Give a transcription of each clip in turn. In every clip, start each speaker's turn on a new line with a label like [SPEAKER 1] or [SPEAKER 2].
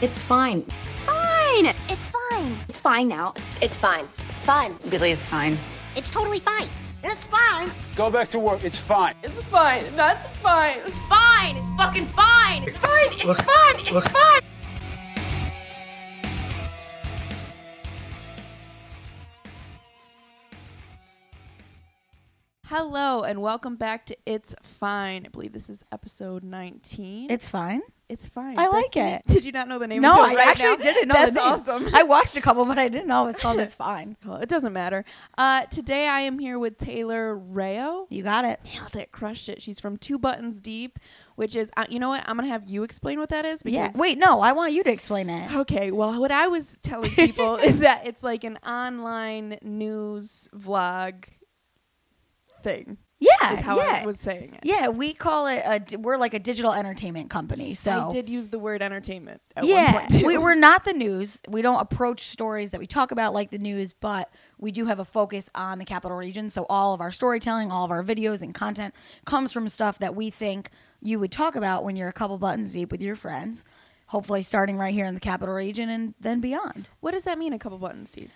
[SPEAKER 1] It's fine.
[SPEAKER 2] It's fine. It's fine.
[SPEAKER 1] It's fine now.
[SPEAKER 3] It's fine. It's fine.
[SPEAKER 4] Really, it's fine.
[SPEAKER 2] It's totally fine.
[SPEAKER 3] It's fine.
[SPEAKER 5] Go back to work. It's fine.
[SPEAKER 6] It's fine. That's fine.
[SPEAKER 3] It's fine. It's fucking fine. It's fine. It's look, fine. It's look. fine.
[SPEAKER 6] Hello and welcome back to It's Fine. I believe this is episode 19.
[SPEAKER 7] It's fine.
[SPEAKER 6] It's fine.
[SPEAKER 7] I
[SPEAKER 6] That's
[SPEAKER 7] like
[SPEAKER 6] the-
[SPEAKER 7] it.
[SPEAKER 6] Did you not know the name?
[SPEAKER 7] No,
[SPEAKER 6] until
[SPEAKER 7] I
[SPEAKER 6] right now?
[SPEAKER 7] actually didn't know.
[SPEAKER 6] That's
[SPEAKER 7] the name.
[SPEAKER 6] awesome.
[SPEAKER 7] I watched a couple, but I didn't know it was called It's Fine.
[SPEAKER 6] Well, it doesn't matter. Uh, today I am here with Taylor Rayo.
[SPEAKER 7] You got it.
[SPEAKER 6] Nailed it, crushed it. She's from Two Buttons Deep, which is uh, you know what? I'm gonna have you explain what that is
[SPEAKER 7] Yeah.
[SPEAKER 6] because
[SPEAKER 7] Wait, no, I want you to explain it.
[SPEAKER 6] Okay, well, what I was telling people is that it's like an online news vlog thing.
[SPEAKER 7] Yeah.
[SPEAKER 6] is how
[SPEAKER 7] yeah.
[SPEAKER 6] I was saying it.
[SPEAKER 7] Yeah, we call it a d- we're like a digital entertainment company. So
[SPEAKER 6] I did use the word entertainment at
[SPEAKER 7] yeah,
[SPEAKER 6] one point. Too.
[SPEAKER 7] we, we're not the news. We don't approach stories that we talk about like the news, but we do have a focus on the capital region. So all of our storytelling, all of our videos and content comes from stuff that we think you would talk about when you're a couple buttons deep with your friends. Hopefully, starting right here in the capital region and then beyond.
[SPEAKER 6] what does that mean? A couple buttons, Steve.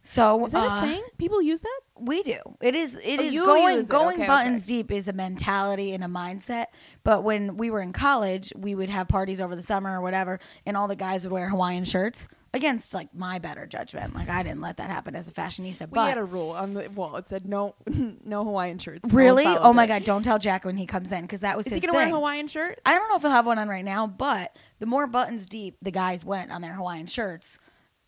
[SPEAKER 7] So
[SPEAKER 6] Is that
[SPEAKER 7] uh,
[SPEAKER 6] a saying? People use that?
[SPEAKER 7] We do. It is. It
[SPEAKER 6] Oh,
[SPEAKER 7] is
[SPEAKER 6] you
[SPEAKER 7] going
[SPEAKER 6] use it.
[SPEAKER 7] going
[SPEAKER 6] Okay,
[SPEAKER 7] buttons
[SPEAKER 6] okay.
[SPEAKER 7] deep is a mentality and a mindset. But when we were in college, we would have parties over the summer or whatever, and all the guys would wear Hawaiian shirts against like my better judgment. Like I didn't let that happen as a fashionista.
[SPEAKER 6] We
[SPEAKER 7] But
[SPEAKER 6] had a rule on the wall. It said no, no Hawaiian shirts. No one
[SPEAKER 7] really,
[SPEAKER 6] followed
[SPEAKER 7] oh my
[SPEAKER 6] it.
[SPEAKER 7] god, don't tell Jack when he comes in because that was
[SPEAKER 6] Is he
[SPEAKER 7] his
[SPEAKER 6] gonna wear
[SPEAKER 7] thing.
[SPEAKER 6] a Hawaiian shirt?
[SPEAKER 7] I don't know if he'll have one on right now, but the more buttons deep the guys went on their Hawaiian shirts,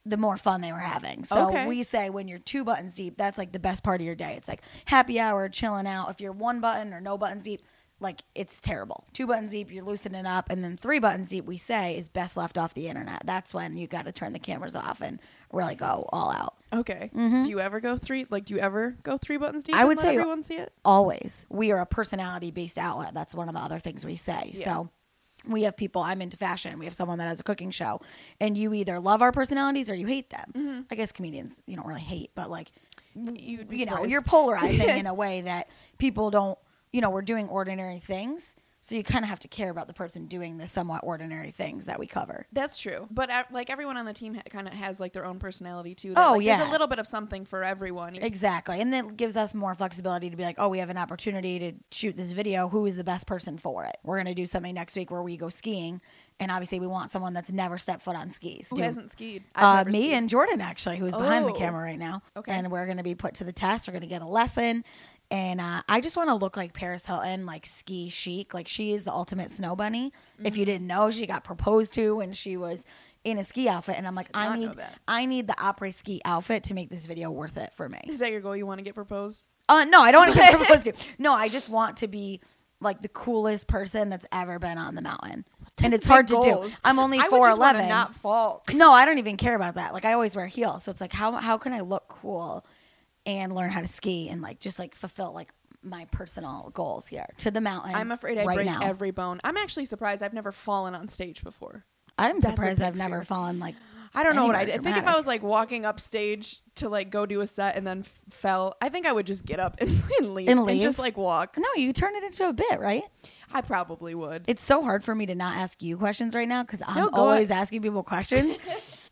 [SPEAKER 7] the more fun they were having. So
[SPEAKER 6] Okay.
[SPEAKER 7] we say when you're two buttons deep, that's like the best part of your day. It's like happy hour, chilling out. If you're one button or no buttons deep, like it's terrible. Two buttons deep, you're loosening up, and then three buttons deep, we say is best left off the internet. That's when you got to turn the cameras off and really go all out.
[SPEAKER 6] Okay. Do you ever go three? Like, do you ever go three buttons deep?
[SPEAKER 7] I
[SPEAKER 6] and
[SPEAKER 7] would
[SPEAKER 6] let
[SPEAKER 7] say-
[SPEAKER 6] everyone see it.
[SPEAKER 7] always. We are a personality based outlet. That's one of the other things we say. So we have people, I'm into fashion. We have someone that has a cooking show, and you either love our personalities or you hate them.
[SPEAKER 6] Mm-hmm.
[SPEAKER 7] I guess comedians, you don't really hate, but like,
[SPEAKER 6] You'd Mm, be
[SPEAKER 7] you know,
[SPEAKER 6] surprised.
[SPEAKER 7] you're polarizing in a way that people don't, you know, we're doing ordinary things. So you kind of have to care about the person doing the somewhat ordinary things that we cover.
[SPEAKER 6] That's true. But uh, like everyone on the team ha- kind of has like their own personality too. that,
[SPEAKER 7] Oh,
[SPEAKER 6] like, There's a
[SPEAKER 7] yeah.
[SPEAKER 6] little bit of something for everyone.
[SPEAKER 7] Exactly. And that gives us more flexibility to be like, oh, we have an opportunity to shoot this video. Who is the best person for it? We're going to do something next week where we go skiing. And obviously, we want someone that's never stepped foot on skis.
[SPEAKER 6] Who
[SPEAKER 7] Dude,
[SPEAKER 6] hasn't skied? I've
[SPEAKER 7] uh,
[SPEAKER 6] never
[SPEAKER 7] me
[SPEAKER 6] skied.
[SPEAKER 7] and Jordan, actually, who's behind the
[SPEAKER 6] Oh.
[SPEAKER 7] camera right now.
[SPEAKER 6] Okay.
[SPEAKER 7] And we're going to be put to the test. We're going to get a lesson. And uh, I just want to look like Paris Hilton, like ski chic. Like she is the ultimate snow bunny. If
[SPEAKER 6] Mm-hmm.
[SPEAKER 7] you didn't know, she got proposed to when she was in a ski outfit. And I'm like, I
[SPEAKER 6] not know
[SPEAKER 7] need,
[SPEAKER 6] that.
[SPEAKER 7] I need the opera ski outfit to make this video worth it for me.
[SPEAKER 6] Is that your goal? You want to get proposed?
[SPEAKER 7] Uh, no, I don't want to get proposed to. No, I just want to be like the coolest person that's ever been on the mountain, and
[SPEAKER 6] That's
[SPEAKER 7] it's hard
[SPEAKER 6] big
[SPEAKER 7] to do.
[SPEAKER 6] goals.
[SPEAKER 7] I'm only
[SPEAKER 6] I would
[SPEAKER 7] four
[SPEAKER 6] just wanna
[SPEAKER 7] eleven.
[SPEAKER 6] Not fall.
[SPEAKER 7] No, I don't even care about that. Like I always wear heels, so it's like how how can I look cool and learn how to ski and like just like fulfill like my personal goals here to the mountain.
[SPEAKER 6] I'm afraid I
[SPEAKER 7] right
[SPEAKER 6] break
[SPEAKER 7] now.
[SPEAKER 6] every bone. I'm actually surprised I've never fallen on stage before.
[SPEAKER 7] I'm
[SPEAKER 6] That's a
[SPEAKER 7] surprised
[SPEAKER 6] big
[SPEAKER 7] I've never
[SPEAKER 6] fear.
[SPEAKER 7] fallen like.
[SPEAKER 6] I don't know what I did.
[SPEAKER 7] anywhere
[SPEAKER 6] I think if I
[SPEAKER 7] dramatic.
[SPEAKER 6] was like walking up stage to like go do a set and then f- fell, I think I would just get up and, and leave
[SPEAKER 7] And
[SPEAKER 6] just
[SPEAKER 7] leave?
[SPEAKER 6] like walk.
[SPEAKER 7] No, you turn it into a bit, right?
[SPEAKER 6] I probably would.
[SPEAKER 7] It's so hard for me to not ask you questions right now because I'm
[SPEAKER 6] go
[SPEAKER 7] always asking people questions.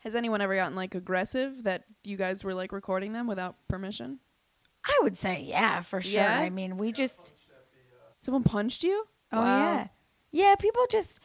[SPEAKER 6] Has anyone ever gotten like aggressive that you guys were like recording them without permission?
[SPEAKER 7] I would say, yeah, for sure.
[SPEAKER 6] Yeah?
[SPEAKER 7] I mean, we just.
[SPEAKER 6] Someone punched you?
[SPEAKER 7] Oh
[SPEAKER 6] Wow.
[SPEAKER 7] yeah, yeah. People just.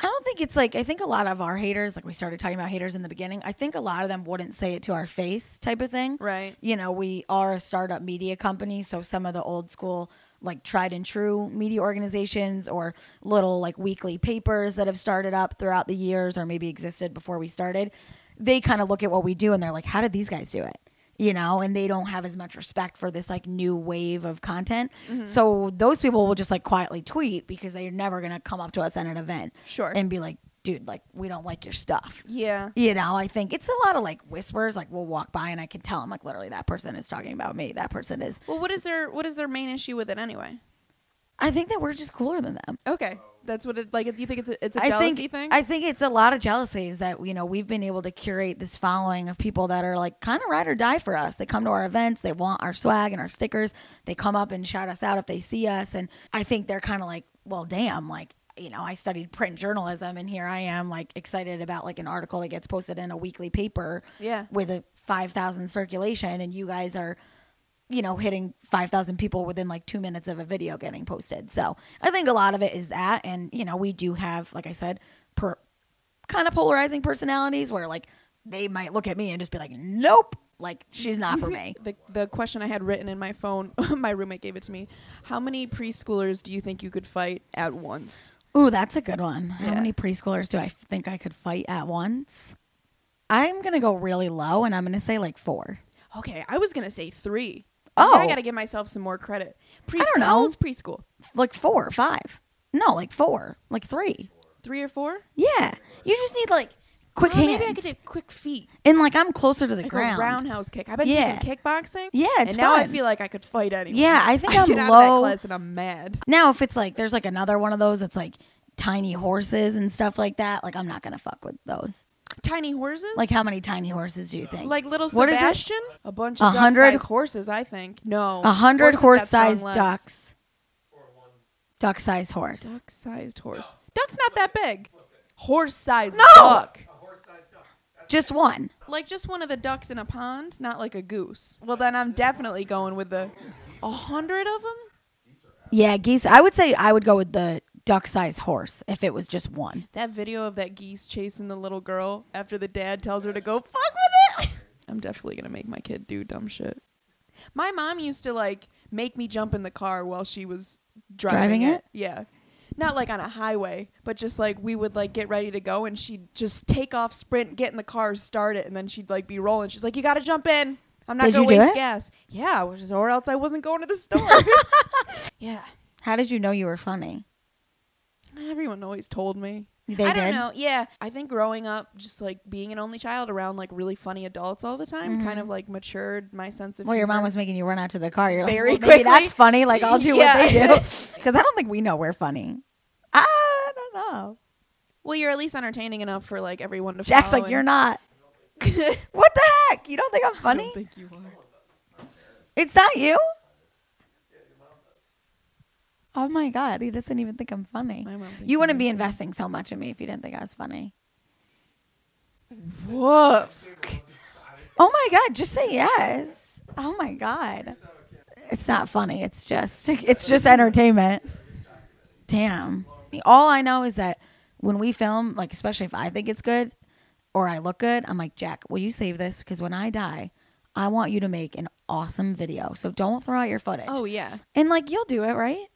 [SPEAKER 7] I don't think it's like I think a lot of our haters, like we started talking about haters in the beginning. I think a lot of them wouldn't say it to our face, type of thing.
[SPEAKER 6] Right.
[SPEAKER 7] You know, we are a startup media company, so some of the old school, like tried and true media organizations or little like weekly papers that have started up throughout the years or maybe existed before we started, they kind of look at what we do and they're like, "How did these guys do it?" you know, and they don't have as much respect for this like new wave of content. So those people will just like quietly tweet because they're never gonna come up to us at an event,
[SPEAKER 6] Sure.
[SPEAKER 7] and be like, "Dude, like we don't like your stuff."
[SPEAKER 6] Yeah.
[SPEAKER 7] You know, I think it's a lot of like whispers. Like we'll walk by and I can tell I'm like literally that person is talking about me. That person is.
[SPEAKER 6] Well, what is their what is their main issue with it anyway?
[SPEAKER 7] I think that we're just cooler than them.
[SPEAKER 6] Okay, that's what it like. Do you think it's a, it's a
[SPEAKER 7] I
[SPEAKER 6] jealousy
[SPEAKER 7] think,
[SPEAKER 6] thing?
[SPEAKER 7] I think it's a lot of jealousies that you know we've been able to curate this following of people that are like kind of ride or die for us. They come to our events, they want our swag and our stickers. They come up and shout us out if they see us, and I think they're kind of like, well, damn, like you know, I studied print journalism and here I am like excited about like an article that gets posted in a weekly paper
[SPEAKER 6] Yeah.
[SPEAKER 7] with a 5,000 circulation and you guys are you know hitting 5,000 people within like 2 minutes of a video getting posted. So, I think a lot of it is that and you know, we do have like I said per kind of polarizing personalities where like they might look at me and just be like, "Nope, like she's not for me."
[SPEAKER 6] The, the question I had written in my phone, my roommate gave it to me. How many preschoolers do you think you could fight at once?
[SPEAKER 7] Ooh, that's a good one. How
[SPEAKER 6] Yeah.
[SPEAKER 7] many preschoolers do I f- think I could fight at once? I'm going to go really low and I'm going to say like four.
[SPEAKER 6] Okay, I was gonna say three.
[SPEAKER 7] Oh.
[SPEAKER 6] I gotta give myself some more credit. Preschool,
[SPEAKER 7] don't
[SPEAKER 6] how
[SPEAKER 7] know.
[SPEAKER 6] old's preschool?
[SPEAKER 7] Like four or five. No, like four. Like three.
[SPEAKER 6] Three or four?
[SPEAKER 7] Yeah. You just need like quick
[SPEAKER 6] Oh,
[SPEAKER 7] hands.
[SPEAKER 6] Maybe I could do quick feet.
[SPEAKER 7] and like I'm closer to the
[SPEAKER 6] Like
[SPEAKER 7] ground.
[SPEAKER 6] a roundhouse kick. I've been
[SPEAKER 7] Yeah.
[SPEAKER 6] taking kickboxing.
[SPEAKER 7] Yeah, it's
[SPEAKER 6] and now I
[SPEAKER 7] fun.
[SPEAKER 6] feel like I could fight anyone.
[SPEAKER 7] Yeah, I think
[SPEAKER 6] I
[SPEAKER 7] I'm
[SPEAKER 6] get out
[SPEAKER 7] low.
[SPEAKER 6] of that class and I'm mad.
[SPEAKER 7] Now, if it's like there's like another one of those that's like tiny horses and stuff like that, like I'm not going to fuck with those.
[SPEAKER 6] Tiny horses?
[SPEAKER 7] Like how many tiny horses do you think?
[SPEAKER 6] Like little
[SPEAKER 7] What is it?
[SPEAKER 6] Sebastian? A bunch
[SPEAKER 7] A
[SPEAKER 6] of
[SPEAKER 7] hundred-
[SPEAKER 6] duck-sized horses, I think. No,
[SPEAKER 7] a hundred
[SPEAKER 6] horses got
[SPEAKER 7] horse-sized
[SPEAKER 6] strong legs.
[SPEAKER 7] ducks. Duck-sized horse.
[SPEAKER 6] Duck-sized horse. Duck's not that big. Horse-sized
[SPEAKER 7] No!
[SPEAKER 6] duck.
[SPEAKER 7] Just one.
[SPEAKER 6] Like just one of the ducks in a pond, not like a goose. Well, then I'm definitely going with the a hundred of them.
[SPEAKER 7] Yeah, geese. I would say I would go with the duck sized horse if it was just one.
[SPEAKER 6] That video of that geese chasing the little girl after the dad tells her to go fuck with it. I'm definitely gonna make my kid do dumb shit. My mom used to like make me jump in the car while she was driving,
[SPEAKER 7] Driving
[SPEAKER 6] it.
[SPEAKER 7] it?
[SPEAKER 6] Yeah. Not like on a highway, but just like we would like get ready to go and she'd just take off sprint, get in the car, start it, and then she'd like be rolling. She's like, You gotta jump in. I'm not
[SPEAKER 7] Did
[SPEAKER 6] gonna
[SPEAKER 7] you do
[SPEAKER 6] waste
[SPEAKER 7] it?
[SPEAKER 6] gas. Yeah, which is or else I wasn't going to the store. yeah.
[SPEAKER 7] How did you know you were funny?
[SPEAKER 6] Everyone always told me.
[SPEAKER 7] They
[SPEAKER 6] I
[SPEAKER 7] did?
[SPEAKER 6] don't know. Yeah, I think growing up, just like being an only child around like really funny adults all the time, kind of like matured my sense of.
[SPEAKER 7] Mm-hmm. Well, your mom
[SPEAKER 6] humor.
[SPEAKER 7] was making you run out to the car. You're
[SPEAKER 6] Very
[SPEAKER 7] like, well,
[SPEAKER 6] quickly.
[SPEAKER 7] maybe that's funny. Like I'll do what they
[SPEAKER 6] Yeah.
[SPEAKER 7] do. Because I don't think we know we're funny. I don't know.
[SPEAKER 6] Well, you're at least entertaining enough for like everyone to.
[SPEAKER 7] Jack's
[SPEAKER 6] follow
[SPEAKER 7] like, you're
[SPEAKER 6] Oh, and-
[SPEAKER 7] not. what the heck? You don't think I'm
[SPEAKER 6] I
[SPEAKER 7] funny?
[SPEAKER 6] don't think you are.
[SPEAKER 7] it's not you. Oh my god, he doesn't even think I'm funny.
[SPEAKER 6] My mom thinks
[SPEAKER 7] You
[SPEAKER 6] I'm
[SPEAKER 7] wouldn't be investing so much in me if you didn't think I was funny.
[SPEAKER 6] Woof.
[SPEAKER 7] Oh my god, just say yes. Oh my god. It's not funny. It's just it's just entertainment. Damn. All I know is that when we film, like especially if I think it's good or I look good, I'm like, "Jack, will you save this because when I die, I want you to make an awesome video. So don't throw out your footage."
[SPEAKER 6] Oh yeah.
[SPEAKER 7] And like you'll do it, right?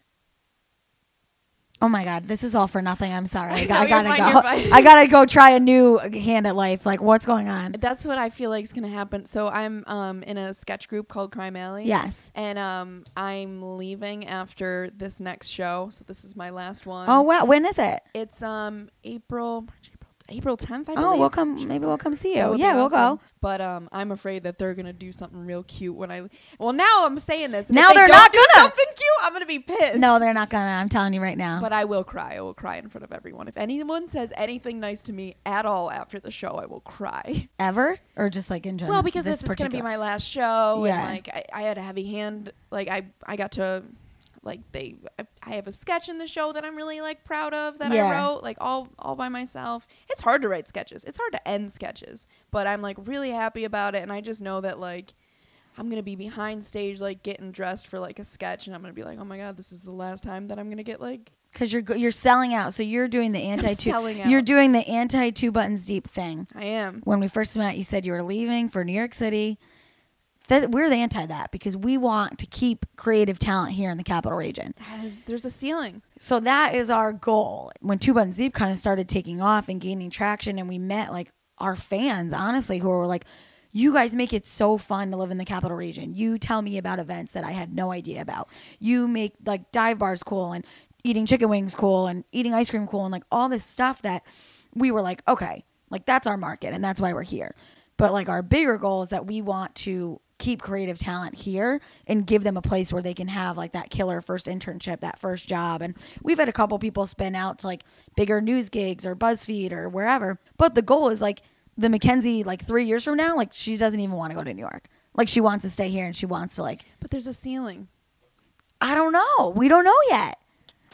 [SPEAKER 7] Oh my god, this is all for nothing. I'm sorry. I,
[SPEAKER 6] No,
[SPEAKER 7] got, I
[SPEAKER 6] you're
[SPEAKER 7] gotta
[SPEAKER 6] fine,
[SPEAKER 7] go.
[SPEAKER 6] you're fine.
[SPEAKER 7] I gotta go try a new hand at life. Like, what's going on?
[SPEAKER 6] That's what I feel like is going to happen. So I'm um, in a sketch group called Crime Alley.
[SPEAKER 7] Yes.
[SPEAKER 6] And um, I'm leaving after this next show. So this is my last one.
[SPEAKER 7] Oh wow, when is it?
[SPEAKER 6] It's um April March, April April 10th, I believe.
[SPEAKER 7] Oh, we'll come. Maybe we'll come see
[SPEAKER 6] That
[SPEAKER 7] you.
[SPEAKER 6] would be
[SPEAKER 7] Oh, Yeah, we'll
[SPEAKER 6] awesome.
[SPEAKER 7] go.
[SPEAKER 6] But um, I'm afraid that they're gonna do something real cute when I. Well, now I'm saying this. and
[SPEAKER 7] Now
[SPEAKER 6] if they
[SPEAKER 7] they're
[SPEAKER 6] don't
[SPEAKER 7] not
[SPEAKER 6] do
[SPEAKER 7] gonna.
[SPEAKER 6] something cute. I'm gonna be pissed.
[SPEAKER 7] No, they're not gonna. I'm telling you right now.
[SPEAKER 6] but I will cry. I will cry in front of everyone. If anyone says anything nice to me at all after the show, I will cry.
[SPEAKER 7] Ever or just like in general.
[SPEAKER 6] Well, because this, is gonna be
[SPEAKER 7] particular-
[SPEAKER 6] my last show,
[SPEAKER 7] Yeah.
[SPEAKER 6] and like I, I had a heavy hand. Like I, I got to, like they, I, I have a sketch in the show that I'm really like proud of that I
[SPEAKER 7] Yeah.
[SPEAKER 6] wrote, like all all by myself. It's hard to write sketches. It's hard to end sketches, but I'm like really happy about it, and I just know that like. I'm gonna be behind stage, like getting dressed for like a sketch, and I'm gonna be like, "Oh my god, this is the last time that I'm gonna get like."
[SPEAKER 7] Because you're go- you're selling out. So you're doing the anti two.
[SPEAKER 6] selling out.
[SPEAKER 7] You're doing the anti two buttons deep thing.
[SPEAKER 6] I am.
[SPEAKER 7] When we first met, you said you were leaving for New York City. That, we're the anti that because we want to keep creative talent here in the capital region.
[SPEAKER 6] There's, there's a ceiling.
[SPEAKER 7] So that is our goal. When Two Button Zeep kind of started taking off and gaining traction, and we met like our fans, honestly, who were like, you guys make it so fun to live in the capital region. You tell me about events that I had no idea about. You make like dive bars cool and eating chicken wings cool and eating ice cream cool and like all this stuff that we were like, okay, like that's our market and that's why we're here. But like our bigger goal is that we want to keep creative talent here and give them a place where they can have like that killer first internship, that first job. And we've had a couple people spin out to like bigger news gigs or BuzzFeed or wherever. But the goal is like the Mackenzie like 3 years from now, like she doesn't even want to go to New York. Like she wants to stay here and she wants to like
[SPEAKER 6] But there's a ceiling.
[SPEAKER 7] I don't know. We don't know yet.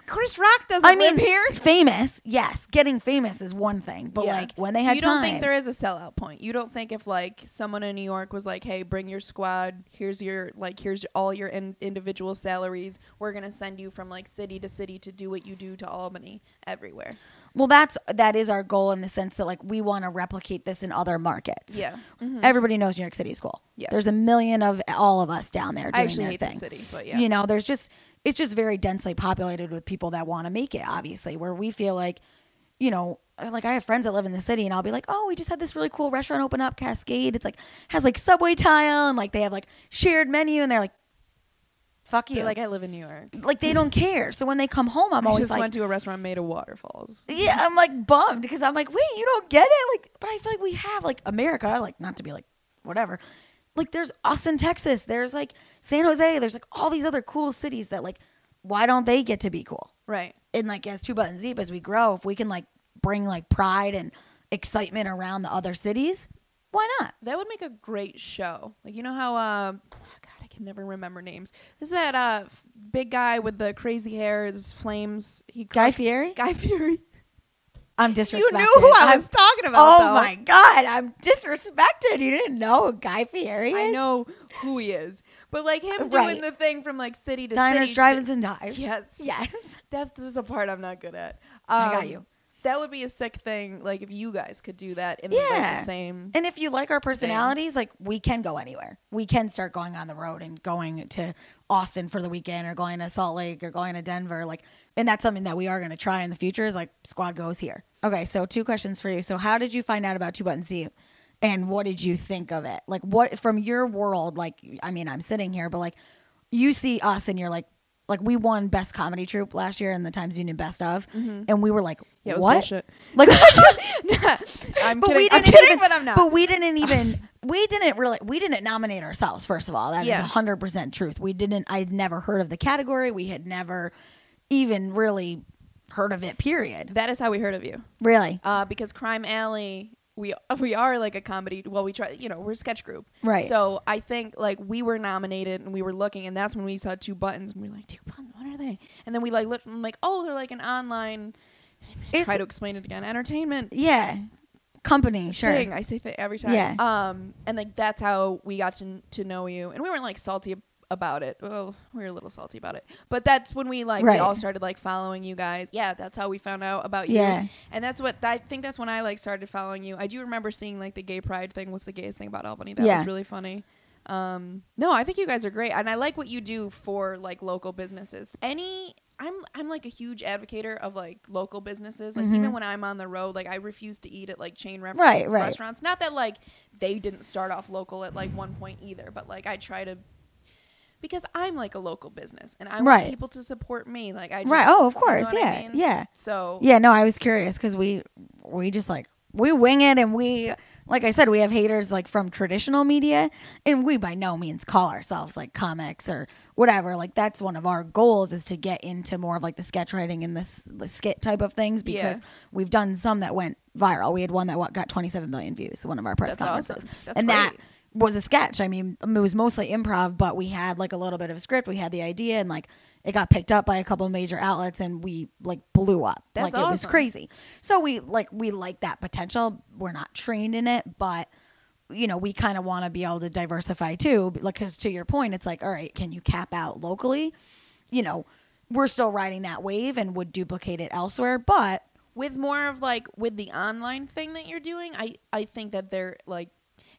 [SPEAKER 6] Chris Rock doesn't
[SPEAKER 7] I mean,
[SPEAKER 6] live here.
[SPEAKER 7] famous, yes, getting famous is one thing, but
[SPEAKER 6] Yeah.
[SPEAKER 7] like when they
[SPEAKER 6] So
[SPEAKER 7] had
[SPEAKER 6] you don't
[SPEAKER 7] time,
[SPEAKER 6] think there is a sellout point. You don't think if like someone in New York was like, "Hey, bring your squad. Here's your like here's all your in- individual salaries. We're gonna send you from like city to city to do what you do to Albany everywhere."
[SPEAKER 7] Well, that's that is our goal in the sense that like we want to replicate this in other markets.
[SPEAKER 6] Yeah. Mm-hmm.
[SPEAKER 7] everybody knows New York City is cool.
[SPEAKER 6] Yeah.
[SPEAKER 7] there's a million of all of us down there. Doing
[SPEAKER 6] I actually
[SPEAKER 7] their
[SPEAKER 6] hate
[SPEAKER 7] thing.
[SPEAKER 6] the city, but yeah.
[SPEAKER 7] you know, there's just it's just very densely populated with people that want to make it. Obviously, where we feel like, you know. Like I have friends that live in the city, and I'll be like, "Oh, we just had this really cool restaurant open up, Cascade. It's like has like subway tile, and like they have like shared menu, and they're like, fuck you,
[SPEAKER 6] They're
[SPEAKER 7] like
[SPEAKER 6] like I live in New York.
[SPEAKER 7] like they don't care. So when they come home, I'm
[SPEAKER 6] I
[SPEAKER 7] always
[SPEAKER 6] just
[SPEAKER 7] like,
[SPEAKER 6] went to a restaurant made of waterfalls.
[SPEAKER 7] yeah, I'm like bummed because I'm like, wait, you don't get it? Like, but I feel like we have like America, like not to be like whatever. Like there's Austin, Texas, there's like San Jose, there's like all these other cool cities that like why don't they get to be cool?
[SPEAKER 6] Right.
[SPEAKER 7] And like as two button deep as we grow, if we can like bring like pride and excitement around the other cities, why not?
[SPEAKER 6] That would make a great show. Like you know how um oh God, I can never remember names. Is that uh f- big guy with the crazy hair, his flames? He
[SPEAKER 7] Guy
[SPEAKER 6] cooks-
[SPEAKER 7] Fieri?
[SPEAKER 6] Guy Fieri.
[SPEAKER 7] I'm disrespected.
[SPEAKER 6] You knew who I
[SPEAKER 7] I'm-
[SPEAKER 6] was talking about.
[SPEAKER 7] Oh
[SPEAKER 6] though.
[SPEAKER 7] my god, I'm disrespected. You didn't know who Guy Fieri is?
[SPEAKER 6] I know who he is, but like him
[SPEAKER 7] Right.
[SPEAKER 6] doing the thing from like city to
[SPEAKER 7] Diners,
[SPEAKER 6] city.
[SPEAKER 7] drive-ins,
[SPEAKER 6] to-
[SPEAKER 7] and dives.
[SPEAKER 6] Yes.
[SPEAKER 7] Yes.
[SPEAKER 6] That's this is the part I'm not good at. Um,
[SPEAKER 7] I got you.
[SPEAKER 6] That would be a sick thing. Like if you guys could do that in like, the same.
[SPEAKER 7] And if you like our personalities, like we can go anywhere. We can start going on the road and going to Austin for the weekend or going to Salt Lake or going to Denver. Like, and that's something that we are going to try in the future is like squad goes here. Okay. So, two questions for you. So, how did you find out about Two Button C and what did you think of it? Like, what from your world, like, I mean, I'm sitting here, but like, you see us and you're like, like we won best comedy troupe last year in the Times Union Best of, and we were like,
[SPEAKER 6] Mm-hmm. Yeah, it was
[SPEAKER 7] what?
[SPEAKER 6] bullshit.
[SPEAKER 7] Like,
[SPEAKER 6] I'm
[SPEAKER 7] but
[SPEAKER 6] kidding.
[SPEAKER 7] we
[SPEAKER 6] I'm
[SPEAKER 7] didn't
[SPEAKER 6] kidding,
[SPEAKER 7] even,
[SPEAKER 6] but I'm not.
[SPEAKER 7] But we didn't even. We didn't really. We didn't nominate ourselves. First of all, that is
[SPEAKER 6] Yeah.
[SPEAKER 7] hundred percent truth. We didn't. I'd never heard of the category. We had never even really heard of it. Period.
[SPEAKER 6] that is how we heard of you.
[SPEAKER 7] Really.
[SPEAKER 6] uh, because Crime Alley, we we are like a comedy. Well, we try, you know, we're a sketch group,
[SPEAKER 7] Right.
[SPEAKER 6] So I think like we were nominated and we were looking, and that's when we saw two buttons, and we were like, two buttons, what are they? And then we like looked, and I'm like, oh, they're like an online.
[SPEAKER 7] It's-
[SPEAKER 6] try to explain it again. Entertainment
[SPEAKER 7] yeah. Company. Sure.
[SPEAKER 6] thing. I say thing every time.
[SPEAKER 7] Yeah.
[SPEAKER 6] Um, and like that's how we got to to know you, and we weren't like salty ab- about it. Well, we were a little salty about it, but that's when we like
[SPEAKER 7] Right.
[SPEAKER 6] we all started like following you guys. Yeah, that's how we found out about
[SPEAKER 7] Yeah.
[SPEAKER 6] you. And that's what I think that's when I like started following you. I do remember seeing like the gay pride thing. What's the gayest thing about Albany? That
[SPEAKER 7] Yeah.
[SPEAKER 6] was really funny. Um, no, I think you guys are great, and I like what you do for like local businesses. Any, I'm I'm like a huge advocator of like local businesses. Like even when I'm on the road, like I refuse to eat at like chain restaurants
[SPEAKER 7] Mm-hmm. Right, right.
[SPEAKER 6] restaurants. Not that like they didn't start off local at like one point either, but like I try to because I'm like a local business and I want
[SPEAKER 7] Right.
[SPEAKER 6] people to support me. Like I just,
[SPEAKER 7] Right. Oh, of
[SPEAKER 6] you know
[SPEAKER 7] course.
[SPEAKER 6] what I
[SPEAKER 7] Yeah.
[SPEAKER 6] mean?
[SPEAKER 7] Yeah.
[SPEAKER 6] So
[SPEAKER 7] Yeah. No, I was curious because we we just like we wing it and we like I said we have haters like from traditional media and we by no means call ourselves like comics or whatever like that's one of our goals is to get into more of like the sketch writing and this the skit type of things because
[SPEAKER 6] Yeah.
[SPEAKER 7] we've done some that went viral we had one that wa- got 27 million views one of our press
[SPEAKER 6] That's
[SPEAKER 7] conferences
[SPEAKER 6] awesome. That's
[SPEAKER 7] and that
[SPEAKER 6] great.
[SPEAKER 7] was a sketch. I mean, it was mostly improv, but we had like a little bit of script. We had the idea, and like it got picked up by a couple of major outlets, and we like blew up.
[SPEAKER 6] That's
[SPEAKER 7] like it was
[SPEAKER 6] awesome.
[SPEAKER 7] crazy. So we like we like that potential. We're not trained in it, but you know we kind of want to be able to diversify too. Like because to your point, it's like all right, can you cap out locally? You know, we're still riding that wave and would duplicate it elsewhere, but
[SPEAKER 6] with more of like with the online thing that you're doing, I I think that they're like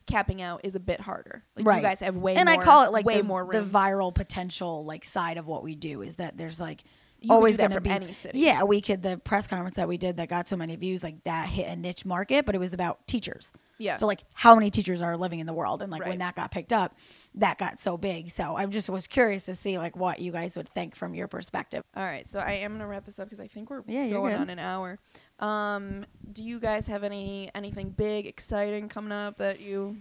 [SPEAKER 6] capping out is a bit harder. Like you guys have way
[SPEAKER 7] and
[SPEAKER 6] more,
[SPEAKER 7] I call it like
[SPEAKER 6] way
[SPEAKER 7] the,
[SPEAKER 6] more
[SPEAKER 7] the
[SPEAKER 6] room.
[SPEAKER 7] viral potential like side of what we do is that there's like
[SPEAKER 6] You could
[SPEAKER 7] always
[SPEAKER 6] do that
[SPEAKER 7] gonna
[SPEAKER 6] from
[SPEAKER 7] be
[SPEAKER 6] any city.
[SPEAKER 7] yeah we could the press conference that we did that got so many views like that hit a niche market but it was about teachers
[SPEAKER 6] Yeah.
[SPEAKER 7] so like how many teachers are living in the world and like when
[SPEAKER 6] Right.
[SPEAKER 7] that got picked up that got so big so I just was curious to see like what you guys would think from your perspective
[SPEAKER 6] All right, so I am gonna wrap this up because I think we're
[SPEAKER 7] Yeah, you're
[SPEAKER 6] going
[SPEAKER 7] good.
[SPEAKER 6] on an hour. Um, do you guys have any anything big, exciting coming up that you?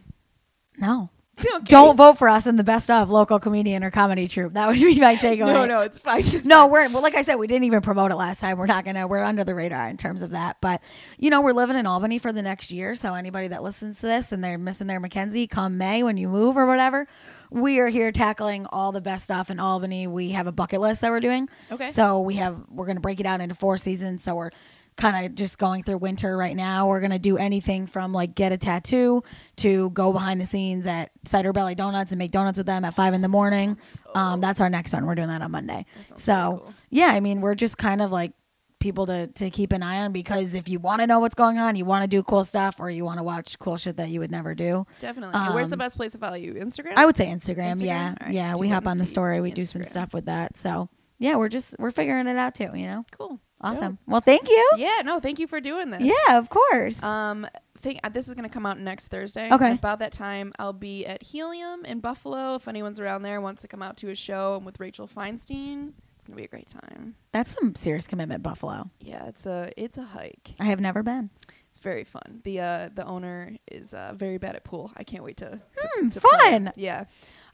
[SPEAKER 7] no
[SPEAKER 6] Okay.
[SPEAKER 7] don't vote for us in the best of local comedian or comedy troupe that would be my takeaway
[SPEAKER 6] No, no, it's fine. It's
[SPEAKER 7] No,
[SPEAKER 6] fine.
[SPEAKER 7] we're well, like I said, we didn't even promote it last time. We're not gonna. We're under the radar in terms of that. But you know, we're living in Albany for the next year. So anybody that listens to this and they're missing their Mackenzie, come May when you move or whatever, we are here tackling all the best stuff in Albany. We have a bucket list that we're doing.
[SPEAKER 6] Okay.
[SPEAKER 7] So we have we're gonna break it out into four seasons. So we're kind of just going through winter right now. We're gonna do anything from like get a tattoo to go behind the scenes at Cider Belly Donuts and make donuts with them at five in the morning. Um, that's our next one. We're doing that on Monday.
[SPEAKER 6] sounds
[SPEAKER 7] So
[SPEAKER 6] really cool.
[SPEAKER 7] yeah, I mean we're just kind of like people to, to keep an eye on because if you want to know what's going on, you want to do cool stuff or you want to watch cool shit that you would never do.
[SPEAKER 6] Definitely. And Where's the
[SPEAKER 7] Um,
[SPEAKER 6] best place to follow you? Instagram?
[SPEAKER 7] I would say Instagram.
[SPEAKER 6] Instagram?
[SPEAKER 7] Yeah.
[SPEAKER 6] All right,
[SPEAKER 7] Yeah. We hop on the story. We do some
[SPEAKER 6] Instagram.
[SPEAKER 7] stuff with that. So yeah, we're just, we're figuring it out too, you know?
[SPEAKER 6] Cool.
[SPEAKER 7] Awesome. Well, thank you.
[SPEAKER 6] Dope. Yeah, no, thank you for doing this.
[SPEAKER 7] Yeah, of course.
[SPEAKER 6] Um, think uh, this is going to come out next Thursday.
[SPEAKER 7] Okay.
[SPEAKER 6] And About that time, I'll be at Helium in Buffalo. If anyone's around there wants to come out to a show, I'm with Rachel Feinstein. It's going to be a great time.
[SPEAKER 7] That's some serious commitment, Buffalo.
[SPEAKER 6] Yeah, it's a it's a hike.
[SPEAKER 7] I have never been.
[SPEAKER 6] It's very fun. The uh, the owner is uh, very bad at pool. I can't wait to, to,
[SPEAKER 7] Hmm,
[SPEAKER 6] to play.
[SPEAKER 7] fun.
[SPEAKER 6] Yeah.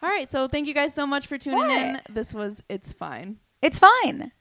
[SPEAKER 6] All right. So thank you guys so much for tuning
[SPEAKER 7] What?
[SPEAKER 6] in. This was it's fine.
[SPEAKER 7] It's fine.